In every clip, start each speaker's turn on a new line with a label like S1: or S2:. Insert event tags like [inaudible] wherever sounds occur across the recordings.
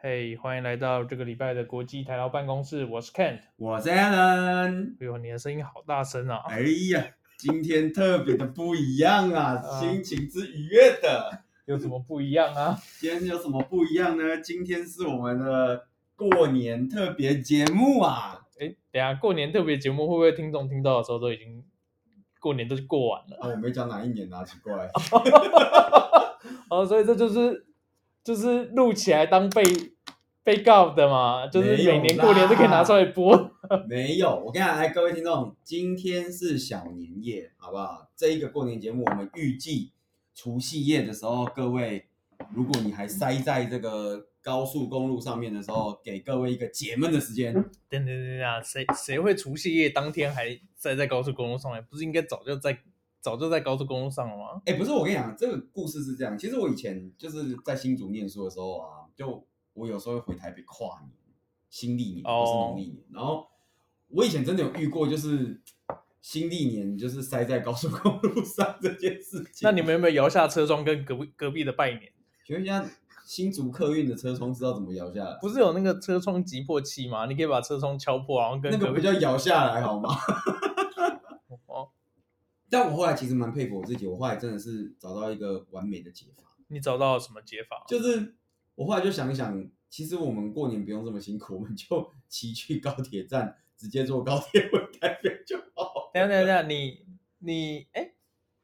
S1: 嘿欢迎来到这个礼拜的国际台劳办公室，我是 Kent。哎
S2: 我是 Alan。
S1: 哎呦，你的声音好大声啊！
S2: 哎呀，今天特别的不一样
S1: 啊
S2: 啊，心情是愉悦的。
S1: 有什么不一样啊？
S2: 今天有什么不一样呢？今天是我们的过年特别节目啊！
S1: [laughs] 哎，等一下过年特别节目会不会听众听到的时候都已经过年都过完了？
S2: 啊，我没讲哪一年啊，奇怪。
S1: 哦，所以这就是就是录起来当被被告的嘛，就是
S2: 没有
S1: 每年过年都可以拿出来播。
S2: 没有，我跟你讲，来各位听众，今天是小年夜，好不好？这一个过年节目，我们预计除夕夜的时候，各位，如果你还塞在这个高速公路上面的时候，给各位一个解闷的时间。
S1: [laughs] 等等等等，谁谁会除夕夜当天还塞在高速公路上面？不是应该早就在早就在高速公路上了吗？
S2: 哎、不是，我跟你讲，这个故事是这样。其实我以前就是在新竹念书的时候啊，就我有时候会回台北跨年，新历年不是
S1: 哦
S2: 农历年。然后我以前真的有遇过，就是新历年就是塞在高速公路上这件事情。
S1: 那你们有没有摇下车窗跟隔壁隔壁的拜年？
S2: 请问一下，新竹客运的车窗知道怎么摇下来？
S1: 不是有那个车窗击破器吗？你可以把车窗敲破，然后跟
S2: 那
S1: 隔
S2: 个不
S1: 壁
S2: 叫摇下来好吗？ [laughs]
S1: 哦，
S2: 但我后来其实蛮佩服我自己，我后来真的是找到一个完美的解法，
S1: 你找到了什么解法？
S2: 就是我后来就想一想，其实我们过年不用这么辛苦，我们就 [laughs] 骑去高铁站，直接坐高铁回台北就好。
S1: 等一下等一下，你你哎，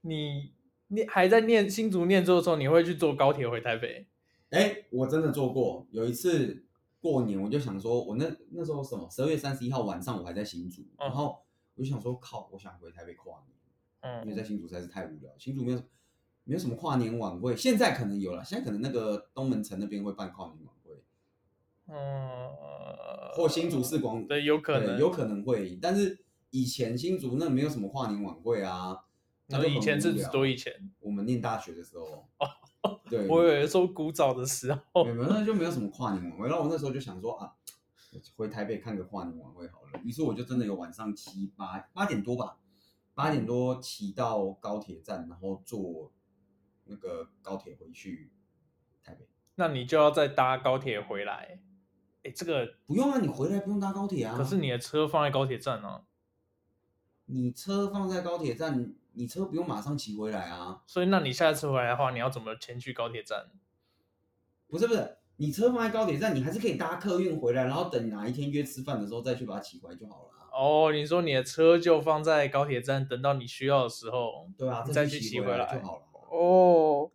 S1: 你你还在念新竹念书的时候，你会去坐高铁回台北？
S2: 哎，我真的坐过，有一次过年我就想说，我那那时候什么十二月三十一号晚上我还在新竹，
S1: 嗯
S2: 然后我就想说，靠，我想回台北跨年。因为
S1: 嗯，
S2: 在新竹实在是太无聊，新竹没有没有什么跨年晚会，现在可能有了，现在可能那个东门城那边会办跨年晚会，
S1: 嗯，
S2: 或新竹市广
S1: 对，有可能
S2: 对有可能会，但是以前新竹那没有什么跨年晚会啊，那
S1: 然
S2: 就
S1: 后
S2: 很
S1: 以前是
S2: 无
S1: 指
S2: 聊
S1: 多以前，
S2: 我们念大学的时候，对，
S1: [laughs] 我以为说古早的时候
S2: 没，有没有那就没有什么跨年晚会，然后我那时候就想说啊，回台北看个跨年晚会好了，于是我就真的有晚上七八八点多吧，八点多骑到高铁站，然后坐那个高铁回去台北。
S1: 那你就要再搭高铁回来。哎，这个
S2: 不用啊，你回来不用搭高铁啊。
S1: 可是你的车放在高铁站啊，
S2: 你车放在高铁站，你车不用马上骑回来啊。
S1: 所以那你下次回来的话，你要怎么前去高铁站？
S2: 不是不是，你车放在高铁站，你还是可以搭客运回来，然后等哪一天约吃饭的时候再去把它骑回来就好了啊。
S1: 哦，你说你的车就放在高铁站，等到你需要的时候。
S2: 对啊，
S1: 你再
S2: 去
S1: 去骑
S2: 回
S1: 回来
S2: 就好了。
S1: 哦，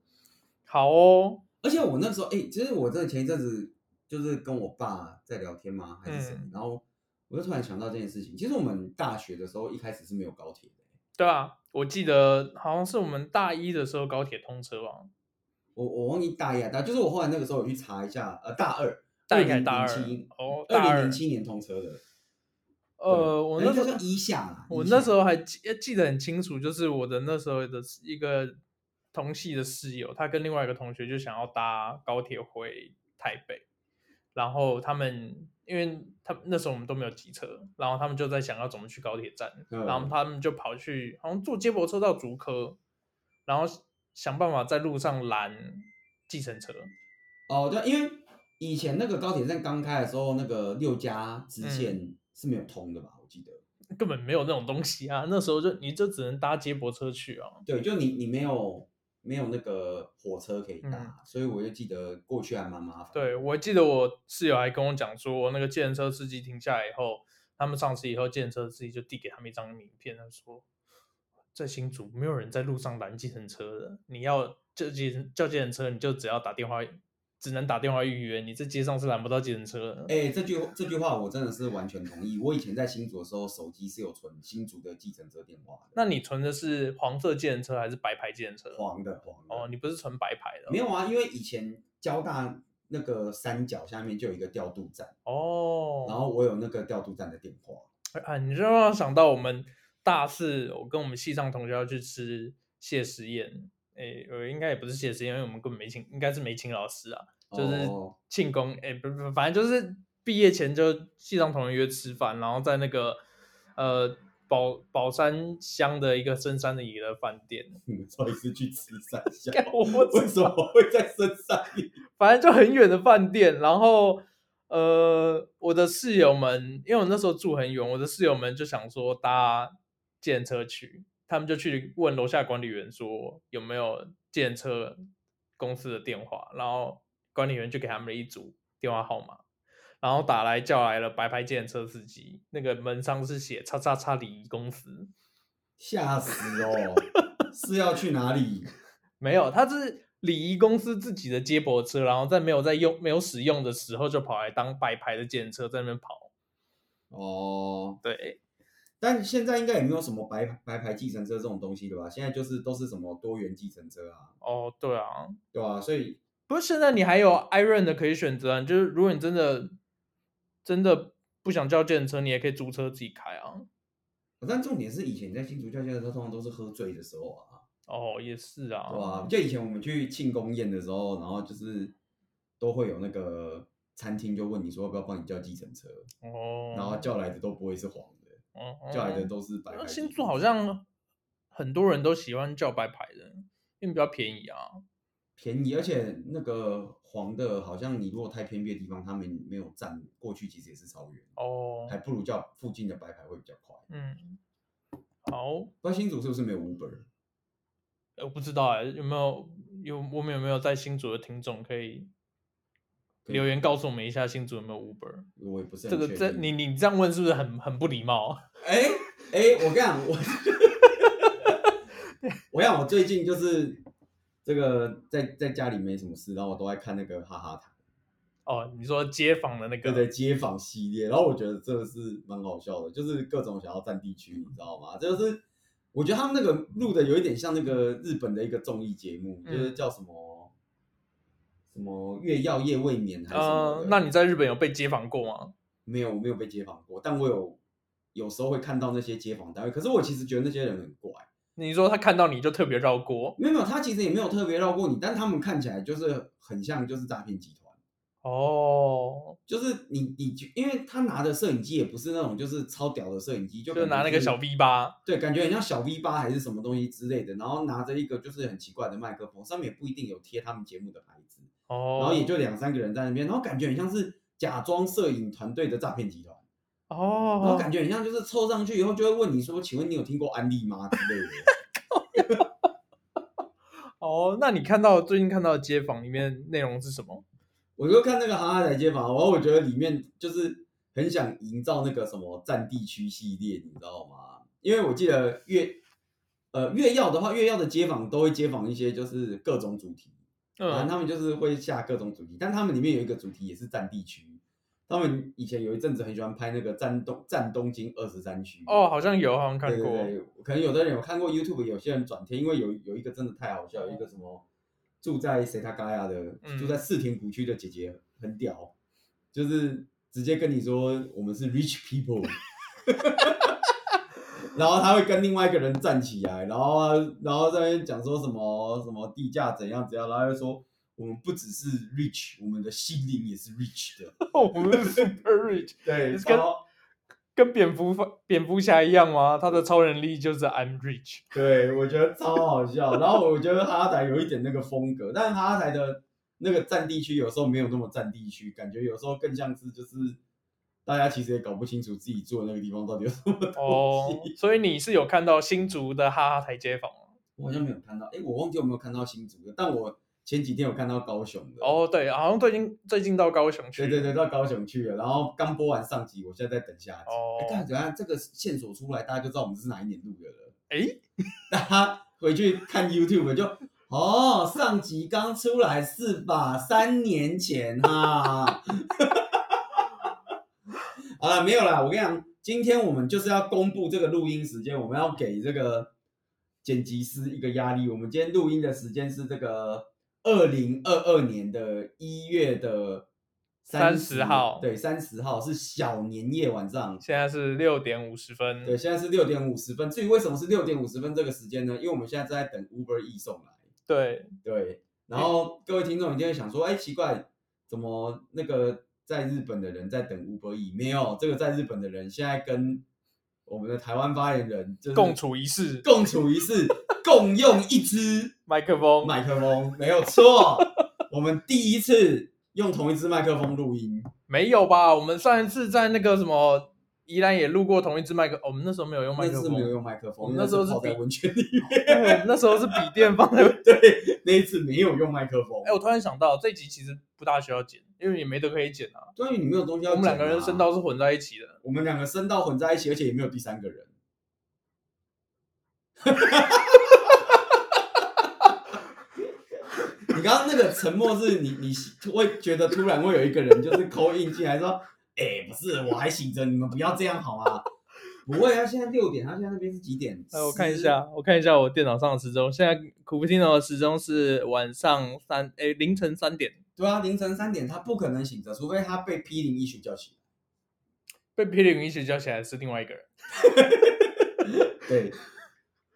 S1: 好哦，
S2: 而且我那时候，哎、其实我真的前一阵子就是跟我爸在聊天嘛，还是谁，
S1: 嗯
S2: 然后我就突然想到这件事情。其实我们大学的时候一开始是没有高铁的、
S1: 对啊，我记得好像是我们大一的时候高铁通车吧，
S2: 我我忘记大一啊还大，就是我后来那个时候有去查一下，呃，大二，
S1: 大一还是大二
S2: 2007？
S1: 哦，大
S2: 二零
S1: 二
S2: 零。七年通车的。
S1: 呃，我那时
S2: 就是一
S1: 候，
S2: 下啦，
S1: 我
S2: 一
S1: 那
S2: 下
S1: 时候还记呃记得很清楚，就是我的那时候的一个同系的室友，他跟另外一个同学就想要搭高铁回台北，然后他们因为他那时候我们都没有机车，然后他们就在想要怎么去高铁站，
S2: 嗯
S1: 然后他们就跑去好像坐接驳车到竹科，然后想办法在路上拦计程车。
S2: 哦，对，因为以前那个高铁站刚开的时候，那个六家
S1: 嗯
S2: 支线是没有通的吧？我记得，
S1: 根本没有那种东西啊！那时候就你就只能搭接驳车去啊。
S2: 对，就你你没有没有那个火车可以搭，
S1: 嗯
S2: 所以我就记得过去还蛮麻烦。
S1: 对，，我记得我室友还跟我讲说，那个计程车司机停下来以后，他们上车以后，计程车司机就递给他们一张名片，他说在新竹没有人在路上拦计程车的，你要叫计程叫计程车，你就只要打电话，只能打电话预约，你在街上是拦不到计程车的。
S2: 哎，这句这句话我真的是完全同意。我以前在新竹的时候，手机是有存新竹的计程车电话的，
S1: 那你存的是黄色计程车还是白牌计程车？
S2: 黄的黄的
S1: 哦，你不是存白牌的。哦
S2: 没有啊，因为以前交大那个山脚下面就有一个调度站，
S1: 哦，
S2: 然后我有那个调度站的电话。
S1: 啊，你就让我想到我们大四，我跟我们系上同学要去吃谢师宴，诶，我应该也不是谢师宴，因为我们根本没请，应该是没请老师啊，就是
S2: 哦
S1: 庆功，诶，不不，反正就是毕业前就系上同学约吃饭，然后在那个呃宝宝山乡的一个深山里的饭店， [laughs]
S2: 你们到底是去吃山下？
S1: 干我不
S2: [laughs] 为什么会在深山里？
S1: 反正就很远的饭店。然后，呃，我的室友们，因为我那时候住很远，我的室友们就想说搭计程车去，他们就去问楼下管理员说有没有计程车公司的电话，然后管理员就给他们一组电话号码，然后打来叫来了白牌计程车司机，那个门上是写“叉叉叉礼仪公司”。
S2: 吓死 [laughs] 哦！是要去哪里？
S1: 没有，他是礼仪公司自己的接驳车，然后在没有在用、没有使用的时候，就跑来当摆牌的检车，在那边跑。
S2: 哦，
S1: 对，
S2: 但现在应该也没有什么白白牌计程车这种东西了吧？现在就是都是什么多元计程车啊，
S1: 哦，对啊，
S2: 对吧、所以
S1: 不过现在你还有 Iron 的可以选择啊，就是如果你真的真的不想叫检车，你也可以租车自己开啊。
S2: 但重点是以前在新竹教健的时候，通常都是喝醉的时候啊，
S1: 哦，也是啊，
S2: 对吧、就以前我们去庆功宴的时候，然后就是都会有那个餐厅就问你说要不要帮你叫计程车，
S1: 哦，
S2: 然后叫来的都不会是黄的，
S1: 哦
S2: 叫来的都是白牌
S1: 那
S2: 计程
S1: 嗯
S2: 车。
S1: 新竹好像很多人都喜欢叫白牌的，因为比较便宜啊。
S2: 便宜，而且那个黄的，好像你如果太偏僻的地方，他们没有站过去，其实也是超远，
S1: 哦，
S2: 还不如叫附近的白牌会比较快。
S1: 嗯，好。
S2: 不知道新竹是不是没有 Uber？
S1: 呃我不知道哎、有没有有我们有没有在新竹的听众可以
S2: 可以
S1: 留言告诉我们一下新竹有没有 Uber？
S2: 我也不是
S1: 这
S2: 很
S1: 个
S2: 确
S1: 这
S2: 定
S1: 你你这样问是不是很很不礼貌？
S2: 哎哎，我跟你讲，
S1: [laughs]
S2: 我我跟你讲，我最近就是这个在在家里没什么事，然后我都在看那个哈哈台，
S1: 哦，你说街坊的那个
S2: 对对，街访系列，然后我觉得这个是蛮好笑的，就是各种想要占地区，你知道吗？这就是我觉得他们那个录的有一点像那个日本的一个综艺节目，
S1: 嗯
S2: 就是叫什么什么月曜夜未眠还是什么
S1: 呃
S2: 的。，
S1: 那你在日本有被街访过吗？
S2: 没有我没有被街访过，但我有有时候会看到那些街访单位，可是我其实觉得那些人很怪，
S1: 你说他看到你就特别绕过
S2: 没有没有，他其实也没有特别绕过你，但他们看起来就是很像就是诈骗集团。
S1: 哦，
S2: 就是你，你就因为他拿的摄影机也不是那种就是超屌的摄影机，就
S1: 就
S2: 感觉
S1: 拿那个
S2: 是
S1: 小 V 八，
S2: 对，感觉很像小 V 八还是什么东西之类的，然后拿着一个就是很奇怪的麦克风，上面也不一定有贴他们节目的牌子，
S1: 哦，
S2: 然后也就两三个人在那边，然后感觉很像是假装摄影团队的诈骗集团，然后
S1: 哦，
S2: 感觉很像就是凑上去以后就会问你说，请问你有听过安利吗之类的， [laughs]
S1: 哦，那你看到最近看到的街访里面内容是什么？
S2: 我就看那个哈哈台街访，然后我觉得里面就是很想营造那个什么战地区系列，你知道吗？因为我记得越呃越要的话，越要的街访都会街访一些就是各种主题。反正
S1: 嗯，
S2: 啊他们就是会下各种主题，但他们里面有一个主题也是占地区。他们以前有一阵子很喜欢拍那个占东占东京二十三区。
S1: 哦，好像有，好像
S2: 对，
S1: 看过，
S2: 对对，可能有的人有看过 YouTube，有些人转贴，因为有有一个真的太好笑，有一个什么住在谁他嘎呀的，
S1: 嗯
S2: 住在四田谷区的姐姐很屌，就是直接跟你说我们是 rich people，然后他会跟另外一个人站起来，然后他然后在那边讲说什么什么地价怎样怎样，然后又说我们不只是 rich，我们的心灵也是 rich
S1: [laughs]
S2: 的，
S1: [laughs] 我们是 Super Rich，
S2: 对，
S1: It's 跟
S2: 然后
S1: 跟蝙蝠蝙蝠侠一样吗？他的超能力就是 I'm
S2: [laughs]
S1: rich。
S2: 对，我觉得超好笑。然后我觉得哈哈台有一点那个风格，但哈哈台的那个占地区有时候没有那么占地区，感觉有时候更像是就是大家其实也搞不清楚自己住的那个地方到底有什么 [laughs] 东西。
S1: 哦，所以你是有看到新竹的哈哈台街坊吗？
S2: 我好像没有看到，哎，我忘记有没有看到新竹的，但我前几天有看到高雄 [laughs] 的。，
S1: 哦，对，好像最近最近到高雄去。
S2: 对对对，到高雄去了。然后刚播完上集，我现在在等下集。
S1: 哦
S2: 哎，看怎样，这个线索出来，大家就知道我们是哪一年录的了。
S1: 诶，
S2: [laughs] 大家回去看 YouTube 就哦，上集刚出来是吧？三年前哈。 [laughs] 好了，没有啦，我跟你讲，今天我们就是要公布这个录音时间，我们要给这个剪辑师一个压力。我们今天录音的时间是这个二零二二年的一月的
S1: 30号
S2: 对，三十号是小年夜晚上，
S1: 现在是六点五十分。
S2: 对，现在是六点五十分。至于为什么是六点五十分这个时间呢？因为我们现在正在等 Uber E 送来。
S1: 对
S2: 对，
S1: 嗯
S2: 然后各位听众一定会想说，哎，奇怪，怎么那个在日本的人在等 Uber E 没有？这个在日本的人现在跟我们的台湾发言人就是
S1: 共处一室，
S2: 共处一室，共用一支
S1: 麦克风，
S2: 麦克风，没有错。我们第一次用同一支麦克风录音，
S1: 没有吧？我们上一次在那个什么宜兰也录过同一支麦克，哦我们那时候没有用麦
S2: 那
S1: 克
S2: 次
S1: 风，
S2: 没有用麦克
S1: 我
S2: 风，
S1: 们那时候是
S2: 泡在
S1: 比
S2: 温泉里面。 [laughs]
S1: 对，我们那时候是笔电放在。
S2: 对，那一次没有用麦克风。
S1: 哎、我突然想到，这集其实不大需要剪，因为也没得可以剪啊。
S2: 对于你没有东西要、啊
S1: 我们两个人声道，是混在一起的，
S2: 我们两个声道混在一起，而且也没有第
S1: [laughs]
S2: 三个人。你刚刚那个沉默是你，你会觉得突然会有一个人就是扣印进来说：“哎、不是，我还醒着，你们不要这样好吗？”不会啊，现在六点，他现在那边是几点？
S1: 来哎我看一下，我看一下我电脑上的时钟，现在 Cupertino 的时钟是晚上三，哎、凌晨三点。
S2: 对啊，凌晨三点，他不可能醒着，除非他被批林医学叫醒。
S1: 被霹雳云一起叫起来是另外一个人，
S2: 对，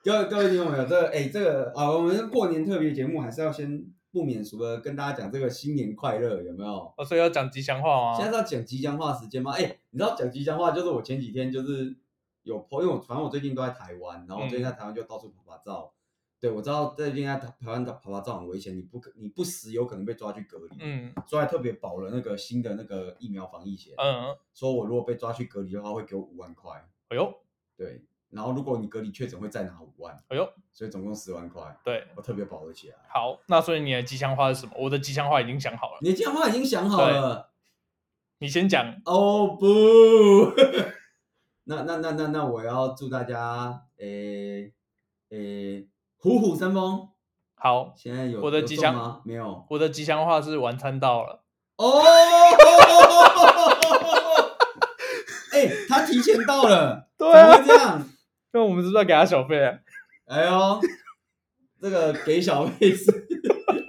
S2: 各位各位听众朋友，这个哎、这个啊，我们过年特别节目还是要先不免俗的跟大家讲这个新年快乐，有没有？
S1: 哦，所以要讲吉祥话
S2: 现在
S1: 吗？
S2: 是要讲吉祥话时间吗？哎、你知道讲吉祥话就是我前几天就是有朋友，反正我最近都在台湾，然后我最近在
S1: 嗯
S2: 台湾就到处拍拍照。对，我知道最近在台台湾拍拍照很危险，你不可你不时有可能被抓去隔离，
S1: 嗯
S2: 所以还特别保了那个新的那个疫苗防疫险，
S1: 嗯，
S2: 说我如果被抓去隔离的话，会给我五万块。
S1: 哎呦
S2: 对，然后如果你隔离确诊会再拿五万，
S1: 哎呦，
S2: 所以总共十万块，
S1: 对，
S2: 我特别保得起来。
S1: 好，那所以你的吉祥话是什么？我的吉祥话已经想好了，
S2: 你的计划已经想好了
S1: 你先讲。
S2: 哦不， [laughs] 那那那那那我要祝大家诶诶虎虎生风。
S1: 好，
S2: 现在有
S1: 我的
S2: 有
S1: 吉
S2: 中
S1: 祥
S2: 吗？没
S1: [laughs]
S2: 有
S1: 我的吉祥话是晚餐到了，
S2: 哦。 [laughs] 哎、他提前到了，
S1: 对啊
S2: 怎么会这样？
S1: 因为我们是不是要给他小费啊？
S2: 哎呦，这个给小费是 [laughs]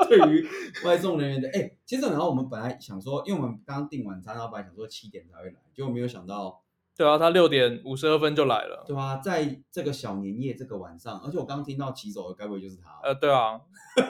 S2: 对于外送人员的哎、其实然后我们本来想说，因为我们刚刚订晚餐，然后本来想说七点才会来，结果没有想到，
S1: 对啊，他六点五十二分就来了。
S2: 对吧、在这个小年夜这个晚上，而且我刚刚听到骑手的，该不会就是他？
S1: 呃，对啊，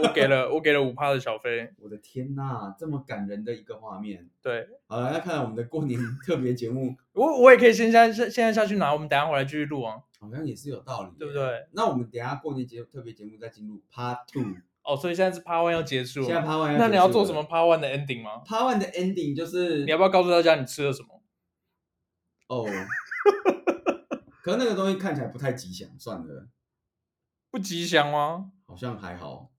S1: 我给了我给了五趴的小费。
S2: 我的天呐，这么感人的一个画面！
S1: 对
S2: 好了，那看来我们的过年特别节目 [laughs]
S1: 我我也可以先下现现在下去拿，我们等一下回来继续录啊。
S2: 好像也是有道理耶，
S1: 对不对
S2: 那我们等一下过年节特别节目再进入 Part Two，
S1: 哦，所以现在是趴 one 要结束
S2: 现，在 Part One
S1: 那你要
S2: 结束
S1: 做
S2: 了
S1: 什么趴 one 的 ending 吗？
S2: ？Part One 的 ending 就是
S1: 你要不要告诉大家你吃了什么？ [laughs]
S2: 哦，可是那个东西看起来不太吉祥，算了，
S1: 不吉祥吗？
S2: 好像还好。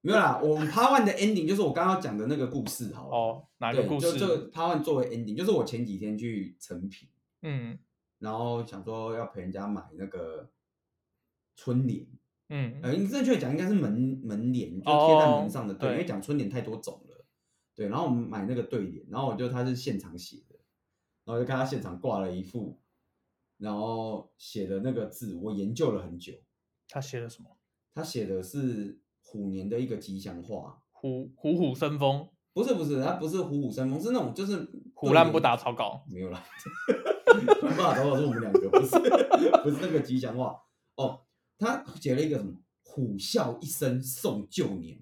S2: 没
S1: [laughs]
S2: 有啦，我们 Part One 的 ending 就是我刚刚讲的那个故事好了。，
S1: 哦，哪个
S2: 对，
S1: 故
S2: 就这
S1: 事？
S2: 个 Part One 作为 ending，就是我前几天去成品，
S1: 嗯
S2: 然后想说要陪人家买那个春联，
S1: 嗯
S2: 呃，你正确讲应该是门门帘，就贴在
S1: 哦
S2: 门上的对，因为
S1: 对
S2: 讲春联太多种了，对。然后我们买那个对联，然后我就他是现场写的，然后我就看他现场挂了一副，然后写的那个字，我研究了很久，
S1: 他写了什么？
S2: 他写的是虎年的一个吉祥话，
S1: 虎虎虎生风，
S2: 不是不是，他不是虎虎生风，是那种就是
S1: 虎烂不
S2: 对联
S1: 打草稿。
S2: 没有啦，很霸道的是我们两个，不是不是那个吉祥话哦。他写了一个什么“虎啸一声送旧年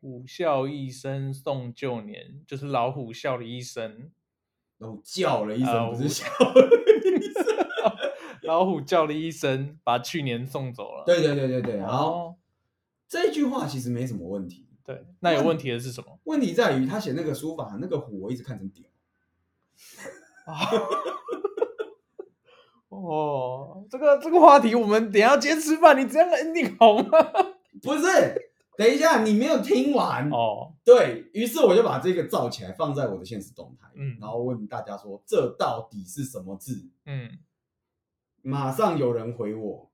S1: 虎啸一声送旧年，就是老虎啸了一声，”， [laughs]
S2: 然后叫了一
S1: 啊
S2: 声，不
S1: 我
S2: 是笑 [laughs] 了一声。
S1: 老虎叫了一声，把去年送走了。
S2: 对对对对对，然后
S1: 哦，
S2: 这句话其实没什么问题，
S1: 对，那有问题的是什么？
S2: 问题在于他写那个书法，那个虎我一直看成屌。
S1: 哦，这个这个话题我们等一下今天吃饭，你这样 ending 好吗？
S2: 不是，等一下你没有听完。
S1: 哦，
S2: 对于是，我就把这个造起来放在我的现实动态，
S1: 嗯
S2: 然后问大家说这到底是什么字？
S1: 嗯，
S2: 马上有人回我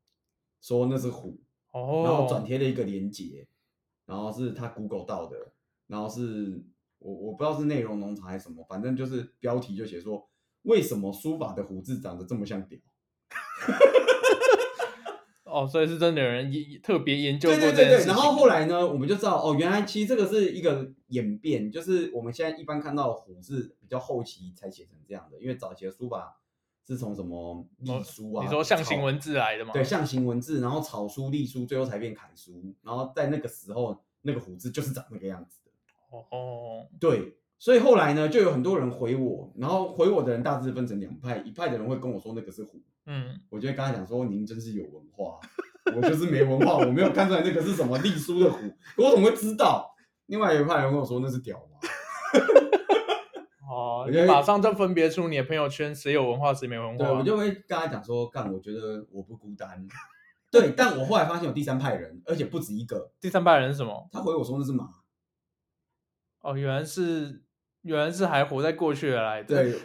S2: 说那是虎，然后转
S1: 哦，
S2: 贴了一个链接，然后是他 Google 到的，然后是我我不知道是内容农场还是什么，反正就是标题就写说为什么书法的虎字长得这
S1: [laughs]
S2: 么像屌？
S1: 哦，所以是真的有人研特别研究
S2: 对
S1: 过
S2: 对
S1: 这
S2: 对
S1: 件事
S2: 对，
S1: 情。
S2: 然后后来呢，我们就知道哦，原来其实这个是一个演变，就是我们现在一般看到的虎是比较后期才写成这样的，因为早期的书法是从什么隶书啊，
S1: 你说象形
S2: 草
S1: 文字来的吗？
S2: 对，象形文字，然后草书、隶书，最后才变楷书。然后在那个时候，那个虎字就是长那个样子的。
S1: 哦，
S2: 对，所以后来呢，就有很多人回我，然后回我的人大致分成两派，一派的人会跟我说那个是虎，
S1: 嗯，
S2: 我就会跟他讲说哦您真是有文化，我就是没文化，我没有看出来那个是什么隶书的虎，我怎么会知道？另外一派人跟我说那是屌嘛，
S1: 哦，
S2: 我
S1: 你
S2: 觉得
S1: 马上就分别出你的朋友圈谁有文化，谁没文化。
S2: 对，啊我就会跟他讲说，干，我觉得我不孤单。 [laughs] 对，但我后来发现有第三派人，而且不止一个。
S1: 第三派人是什么？
S2: 他回我说那是马，
S1: 哦，原来是原来是还活在过去的来的。
S2: 对，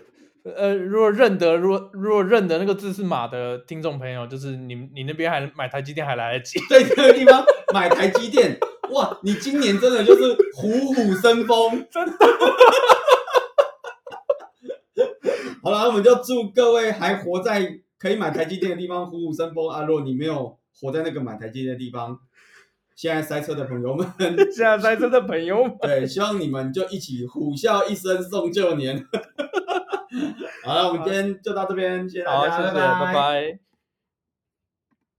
S1: 呃，如果认得，如果如果认得那个字是马的听众朋友，就是你你那边还买台积电还来得及。
S2: 在这个地方买台积电，哇，你今年真的就是虎虎生风，真的。 [laughs] 好了，我们就祝各位还活在可以买台积电的地方虎虎生风啊！如果你没有活在那个买台积电的地方，现在塞车的朋友们，
S1: [laughs] 现在在这的朋友们，
S2: 对，希望你们就一起虎啸一声送 [laughs] 旧年。好了，我们今天就到这边，谢谢大
S1: 好，
S2: 家，
S1: 谢谢，
S2: 拜
S1: 拜拜